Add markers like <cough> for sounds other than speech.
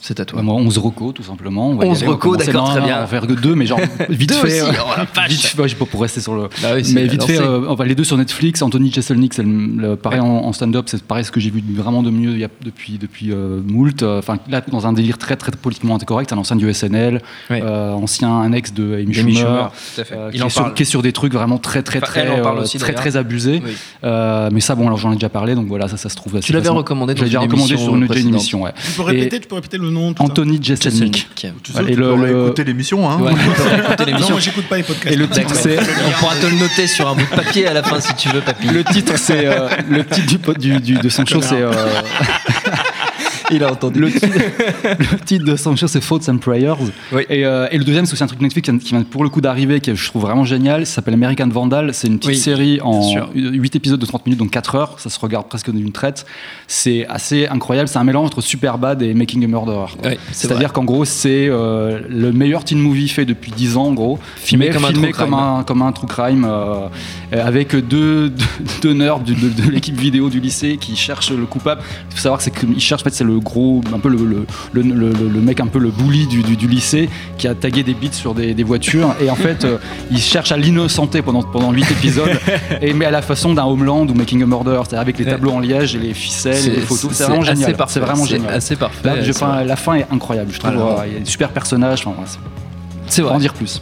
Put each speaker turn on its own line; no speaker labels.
C'est à toi.
Bah, Moi, 11 recos, tout simplement. On va y
11
aller, on va
recos,
commencer.
d'accord,
Non,
très
non,
bien.
On va faire que deux,
<laughs>
mais genre, vite
Deux
fait.
aussi,
euh,
oh la vache.
vite fait, ouais, je sais pas, pour rester sur le.
Ah oui, c'est
mais
la
vite fait,
lancée.
euh, enfin, les deux sur Netflix. Anthony Jeselnik, c'est le, le- pareil en, en stand-up, c'est pareil ce que j'ai vu de- vraiment de mieux il y a- depuis, depuis euh, Moult. Enfin, là, dans un délire très, très politiquement incorrect, un ancien du SNL,
Ouais.
euh, ancien, un ex de Amy
Amy
Schumer.
Schumer, tout à fait.
euh, qui,
Il en
est sur,
parle.
qui est sur des trucs vraiment très très
Enfin,
très
elle en parle
euh,
aussi,
très
d'ailleurs.
très abusés
Oui.
Euh, mais ça bon alors j'en ai déjà parlé donc voilà ça ça se trouve assez
Tu l'avais
facilement.
recommandé dans
je l'avais déjà
une
recommandé
émission
sur une, déjà une
précédente.
émission ouais.
Tu peux
Et-
répéter, tu peux répéter le nom. putain.
Anthony Jeselnik
Tu sais,
Et
tu
le-
peux
le-
écouter l'émission.
<laughs>
Hein.
Ouais, tu peux réécouter
Non,
l'émission.
moi j'écoute pas les podcasts.
et le titre
D'accord.
c'est
On pourra te le noter sur un bout de papier à la fin si tu veux, papy.
Le titre, c'est euh, le titre du, pod- du, du- de son show, c'est euh,
Il a entendu.
le, titre- le titre de son show, c'est Thoughts and Prayers.
Oui.
Et, euh, et le deuxième, c'est aussi un truc Netflix qui vient- qui vient pour le coup d'arriver, que je trouve vraiment génial. Ça s'appelle American Vandal. C'est une petite
Oui,
série en
sûr.
8 épisodes de 30 minutes, donc 4 heures. Ça se regarde presque d'une traite. C'est assez incroyable. C'est un mélange entre Superbad et Making a Murderer. quoi.
Oui, c'est
C'est-à-dire qu'en gros, c'est euh, le meilleur teen movie fait depuis 10 ans, en gros.
Filmé
Mais
comme un true
comme
crime.
un- comme un true crime, euh, euh, avec deux, deux, deux nerds du- de, de l'équipe vidéo du lycée qui cherchent le coupable. Il faut savoir que c'est que- ils cherchent, en fait, c'est le gros, un peu le, le, le- le- le- le mec un peu le bully du, du- du lycée qui a tagué des bits sur des, des voitures. Et en fait, euh, ils cherchent à l'innocenter pendant, pendant 8 épisodes, et, mais à la façon d'un Homeland ou Making a Murder, c'est-à-dire avec les
Ouais.
tableaux en liège et les ficelles et les photos. C'est vraiment
assez
génial.
parfait,
C'est vraiment génial.
assez parfait.
Là, je-
c'est
enfin, la fin est incroyable, je trouve.
Alors.
euh, Il y a des super personnages. Enfin, voilà, c'est-
C'est
pour
vrai.
en dire plus.